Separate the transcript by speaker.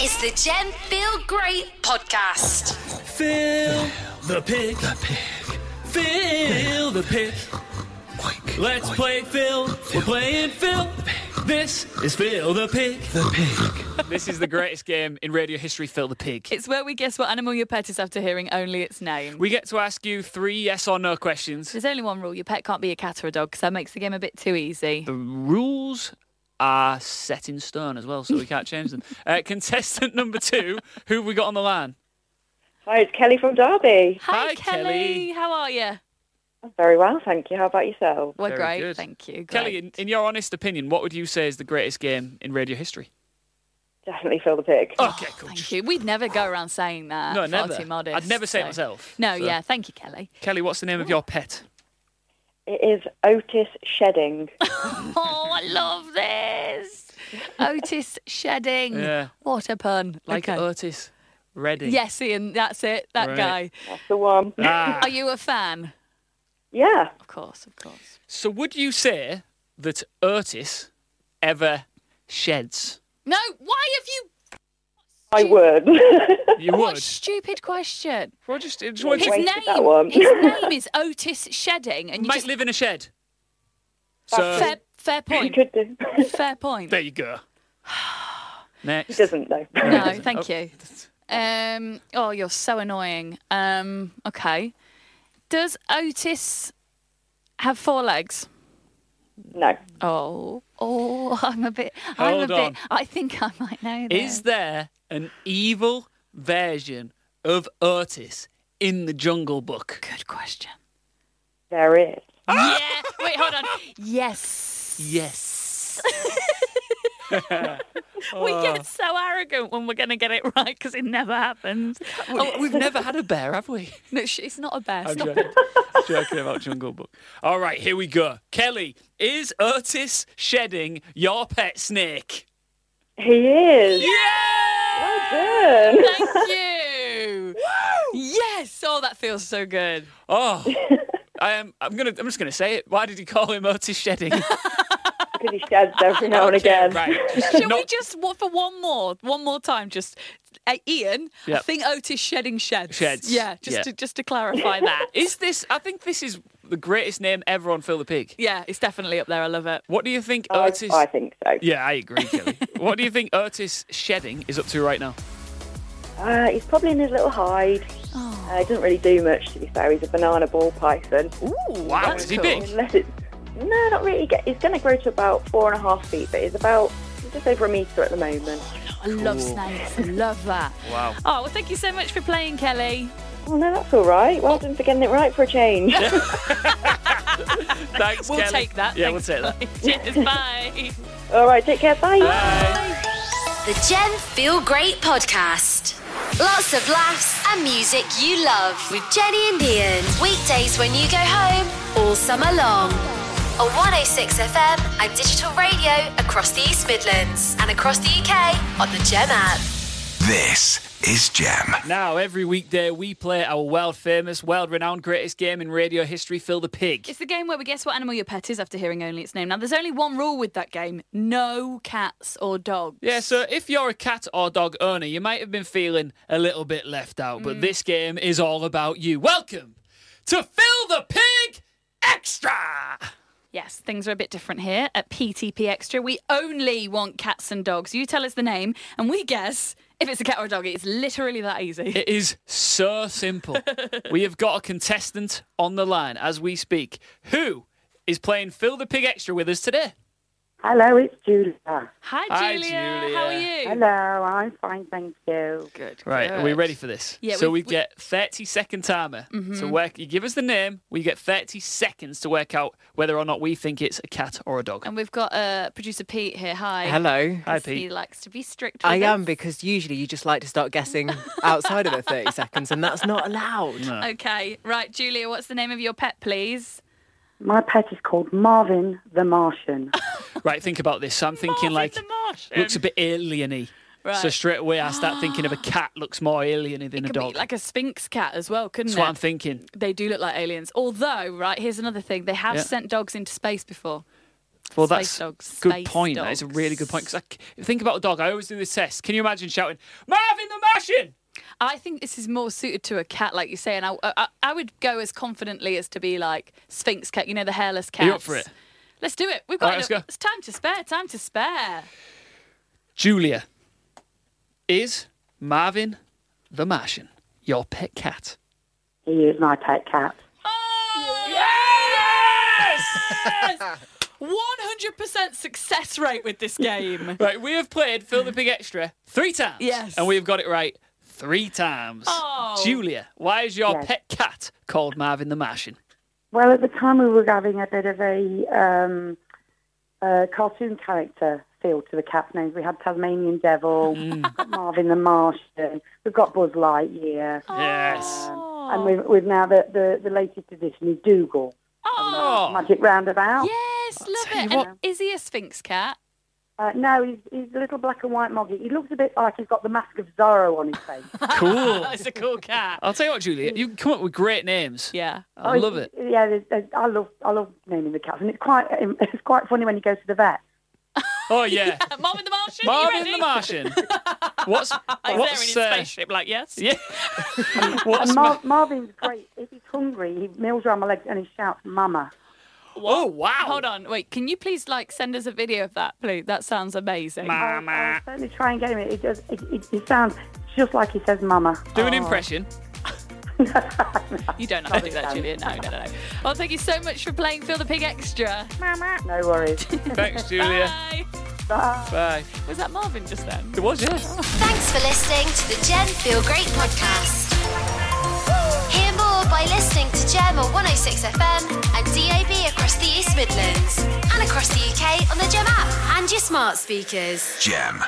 Speaker 1: It's the Gem Feel Great podcast.
Speaker 2: Feel the pick. Feel the pick. Let's play Phil. We're playing Phil. This is Phil the pig. The pig. This is the greatest game in radio history, Phil the pig.
Speaker 3: It's where we guess what animal your pet is after hearing only its name.
Speaker 2: We get to ask you three yes or no questions.
Speaker 3: There's only one rule your pet can't be a cat or a dog because that makes the game a bit too easy.
Speaker 2: The rules are set in stone as well, so we can't change them. Uh, contestant number two, who have we got on the line?
Speaker 4: Hi, it's Kelly from Derby.
Speaker 2: Hi,
Speaker 3: Kelly.
Speaker 2: Kelly.
Speaker 3: How are you?
Speaker 4: I'm very well, thank you. How about yourself?
Speaker 3: We're
Speaker 2: Very
Speaker 3: great.
Speaker 2: good.
Speaker 3: Thank you.
Speaker 2: Kelly, in, in your honest opinion, what would you say is the greatest game in radio history?
Speaker 4: Definitely Phil the Pig.
Speaker 2: Okay, cool.
Speaker 3: Thank you. We'd never go around saying that.
Speaker 2: No,
Speaker 3: Oh, Far
Speaker 2: never.
Speaker 3: Too modest,
Speaker 2: I'd never say it
Speaker 3: so-
Speaker 2: myself,
Speaker 3: No,
Speaker 2: so.
Speaker 3: yeah. Thank you, Kelly.
Speaker 2: Kelly, what's the name of your pet?
Speaker 4: It is Otis Shedding.
Speaker 3: Oh, I love this. Otis shedding.
Speaker 2: Yeah.
Speaker 3: What a pun.
Speaker 2: Like
Speaker 3: Okay.
Speaker 2: Otis Redding.
Speaker 3: Yes, Ian. That's it. That
Speaker 2: Right.
Speaker 3: guy.
Speaker 4: That's the one.
Speaker 2: Ah.
Speaker 3: Are you a fan?
Speaker 4: Yeah.
Speaker 3: Of course, of course.
Speaker 2: So would you say that Otis ever sheds?
Speaker 3: No. Why have you?
Speaker 4: I would.
Speaker 2: You
Speaker 3: What
Speaker 2: would.
Speaker 3: stupid question.
Speaker 2: Well, just, just wanted
Speaker 3: His
Speaker 2: to-
Speaker 4: Wait.
Speaker 3: name,
Speaker 4: wasted that one.
Speaker 3: his name is Otis Shedding, and you
Speaker 2: might
Speaker 3: just
Speaker 2: live in a shed.
Speaker 4: That's
Speaker 2: So
Speaker 3: fair, fair
Speaker 4: you
Speaker 3: point.
Speaker 4: could do.
Speaker 3: Fair point.
Speaker 2: there you go.
Speaker 4: He
Speaker 2: Next.
Speaker 4: doesn't though.
Speaker 3: No,
Speaker 2: Oh.
Speaker 3: thank you. Um, oh, you're so annoying. Um, okay. Does Otis have four legs?
Speaker 4: no.
Speaker 3: Oh, oh, I'm a bit. I'm a
Speaker 2: Hold
Speaker 3: bit.
Speaker 2: on.
Speaker 3: I think I might know. This.
Speaker 2: Is there an evil version of Otis in the Jungle Book?
Speaker 3: good question?
Speaker 4: There is.
Speaker 2: Ah!
Speaker 3: yeah. Wait, hold on. Yes.
Speaker 2: Yes. Ah.
Speaker 3: We get so arrogant when we're going to get it right because it never happens.
Speaker 2: Oh, we've never had a bear, have we?
Speaker 3: No, sh- it's not a bear.
Speaker 2: I'm
Speaker 3: Stop
Speaker 2: joking. joking about Jungle Book. All right, here we go. Kelly, is Otis shedding your pet snake?
Speaker 4: He is.
Speaker 2: Yeah!
Speaker 4: Good.
Speaker 3: Thank you. yes. Oh, that feels so good.
Speaker 2: Oh, I am. I'm gonna. I'm just gonna say it. Why did you call him Otis shedding?
Speaker 4: Because he sheds every now and again.
Speaker 2: right.
Speaker 3: Shall we
Speaker 2: Not-
Speaker 3: just wa- for one more, one more time? Just uh, Ian. I
Speaker 2: Yep.
Speaker 3: think Otis shedding sheds.
Speaker 2: Sheds,
Speaker 3: Yeah. Just
Speaker 2: yeah.
Speaker 3: to just to clarify that.
Speaker 2: Is this? I think this is the greatest name ever on Phil the Pig.
Speaker 3: yeah, it's definitely up there. I love it.
Speaker 2: What do you think
Speaker 4: I,
Speaker 2: Otis?
Speaker 4: I think so.
Speaker 2: Yeah, I agree, Kelly. what do you think Otis shedding is up to right now?
Speaker 4: Uh, he's probably in his little hide.
Speaker 3: Oh.
Speaker 4: Uh, he doesn't really do much to be fair. He's a banana ball python.
Speaker 2: Ooh, wow!
Speaker 3: that's
Speaker 2: Is he
Speaker 3: cool.
Speaker 2: big?
Speaker 4: Unless it's no, not really. He get- He's going to grow to about four and a half feet, but he's about just over a metre at the moment.
Speaker 3: I love
Speaker 2: Cool.
Speaker 3: snakes. I love that.
Speaker 2: Wow.
Speaker 3: Oh well, thank you so much for playing, Kelly.
Speaker 4: Oh no, that's all right. Well done for getting it right for a change.
Speaker 2: Thanks,
Speaker 3: We'll
Speaker 2: Kelly.
Speaker 3: take that.
Speaker 2: Yeah,
Speaker 3: Thanks.
Speaker 2: we'll take
Speaker 3: Cheers. Bye.
Speaker 4: all right, take care. Bye.
Speaker 2: that. Bye.
Speaker 1: The Gem Feel Great podcast. Lots of laughs and music you love with Jenny and Ian. Weekdays when you go home all summer long. On 106 FM and digital radio across the East Midlands and across the UK on the Gem app.
Speaker 5: This is Jam.
Speaker 2: Now, every weekday, we play our world famous, world renowned, greatest game in radio history, Phil the Pig.
Speaker 3: It's the game where we guess what animal your pet is after hearing only its name. Now, there's only one rule with that game no cats or dogs.
Speaker 2: Yeah, so if you're a cat or dog owner, you might have been feeling a little bit left out, but this game is all about you. Welcome to Phil the Pig Extra!
Speaker 3: Yes, things are a bit different here at PTP Extra. We only want cats and dogs. You tell us the name, and we guess if it's a cat or a dog. It's literally that easy.
Speaker 2: It is so simple. we have got a contestant on the line as we speak. Who is playing Phil the Pig Extra with us today?
Speaker 6: Hello, it's Julia.
Speaker 3: Hi,
Speaker 2: Hi,
Speaker 3: Julia. How are
Speaker 2: Julia.
Speaker 3: you?
Speaker 6: Hello, I'm fine, thank you.
Speaker 3: Good.
Speaker 2: Right, are we
Speaker 3: good.
Speaker 2: ready for this?
Speaker 3: Yeah,
Speaker 2: So we,
Speaker 3: we- Mm-hmm. we-
Speaker 2: get 30 second timer to work. You give us the name, we get 30 seconds to work out whether or not we think it's a cat or a dog.
Speaker 3: And we've got uh, producer Pete here. Hi.
Speaker 7: Hello.
Speaker 2: Hi,
Speaker 3: 'Cause He
Speaker 2: Pete.
Speaker 3: likes to be strict.
Speaker 7: I
Speaker 3: with
Speaker 7: am
Speaker 3: us.
Speaker 7: because usually you just like to start guessing outside of the 30 seconds, and that's not allowed.
Speaker 3: Okay, right, Julia. What's the name of your pet, please?
Speaker 6: My pet is called Marvin the Martian.
Speaker 2: Right, think about this. So I'm thinking like
Speaker 3: the Martian.
Speaker 2: looks a bit alieny. So
Speaker 3: Right.
Speaker 2: straight away I start thinking of a cat looks more alieny than a
Speaker 3: Could be
Speaker 2: dog.
Speaker 3: like a Sphinx cat as well, couldn't
Speaker 2: That's
Speaker 3: it?
Speaker 2: what I'm thinking.
Speaker 3: They do look like aliens. Although, right, here's another thing. They have
Speaker 2: Yeah.
Speaker 3: sent dogs into space before.
Speaker 2: Well,
Speaker 3: Space
Speaker 2: that's
Speaker 3: dogs,
Speaker 2: good
Speaker 3: space
Speaker 2: point. That is a really good point because think about a dog. I always do this test. Can you imagine shouting, "Marvin the Martian"?
Speaker 3: I think this is more suited to a cat, like you say, and I, I, I would go as confidently as to be like Sphinx cat, you know, the hairless cat.
Speaker 2: you up for it?
Speaker 3: Let's do it. We've got
Speaker 2: All right, let's
Speaker 3: it.
Speaker 2: go.
Speaker 3: It's time to spare. Time to spare.
Speaker 2: Julia, is Marvin the Martian your pet cat?
Speaker 6: He is my pet cat.
Speaker 3: Oh!
Speaker 2: Yes!
Speaker 3: 100% success rate with this game.
Speaker 2: right, we have played Fill the Pig Extra three times.
Speaker 3: Yes.
Speaker 2: And we have got it right three times.
Speaker 3: Oh.
Speaker 2: Julia, why is your
Speaker 6: Yes.
Speaker 2: pet cat called Marvin the Martian?
Speaker 6: Well, at the time we were having a bit of a um, uh, cartoon character feel to the cat's names. We had Tasmanian Devil,
Speaker 2: Mm.
Speaker 6: we've got Marvin the Martian, we've got Buzz Lightyear, Um,
Speaker 2: Yes.
Speaker 6: and we've, we've now the, the, the latest edition is Dougal,
Speaker 2: Oh.
Speaker 6: Magic Roundabout.
Speaker 3: Yes, love
Speaker 2: tell you
Speaker 3: it.
Speaker 2: what-
Speaker 3: And is he a Sphinx cat?
Speaker 6: Uh, no, he's, he's a little black and white moggy. He looks a bit like he's got the mask of Zorro on his face.
Speaker 2: Cool.
Speaker 3: That's Oh, a cool cat.
Speaker 2: I'll tell you what, Julia, you come up with great names.
Speaker 3: Yeah.
Speaker 2: I love it.
Speaker 6: Oh, Yeah, there's, there's, I love I love naming the cats, and it's quite um, it's quite funny when you go to the vet.
Speaker 2: Oh, yeah.
Speaker 3: Marvin the Martian? are
Speaker 2: Marvin
Speaker 3: you
Speaker 2: the
Speaker 3: ready?
Speaker 2: Martian. What's
Speaker 3: He's there in
Speaker 2: what's
Speaker 3: his
Speaker 2: uh,
Speaker 3: spaceship, like, yes.
Speaker 2: yeah? what's
Speaker 6: And
Speaker 2: Ma-
Speaker 6: Mar- Marvin's great. If he's hungry, he meals around my legs and he shouts, "Mama!"
Speaker 2: oh wow!
Speaker 3: Hold on, wait. Can you please like send us a video of that, please? That sounds amazing.
Speaker 6: I'll, I'll certainly try and get him. It does. It, it, it sounds just like he says, "Mama."
Speaker 2: Do an impression.
Speaker 3: You don't have to do that, Julia. No, no, no. no. Well, thank you so much for playing Feel the Pig Extra.
Speaker 6: No worries.
Speaker 2: Thanks, Julia.
Speaker 3: Bye.
Speaker 2: Bye.
Speaker 3: Was that Marvin just then?
Speaker 2: It was yes.
Speaker 1: Thanks for listening to the Gem Feel Great podcast. Hear more by listening to Gem on 106 FM and DAB across the East Midlands and across the UK on the Gem app and your smart speakers.
Speaker 5: Gem.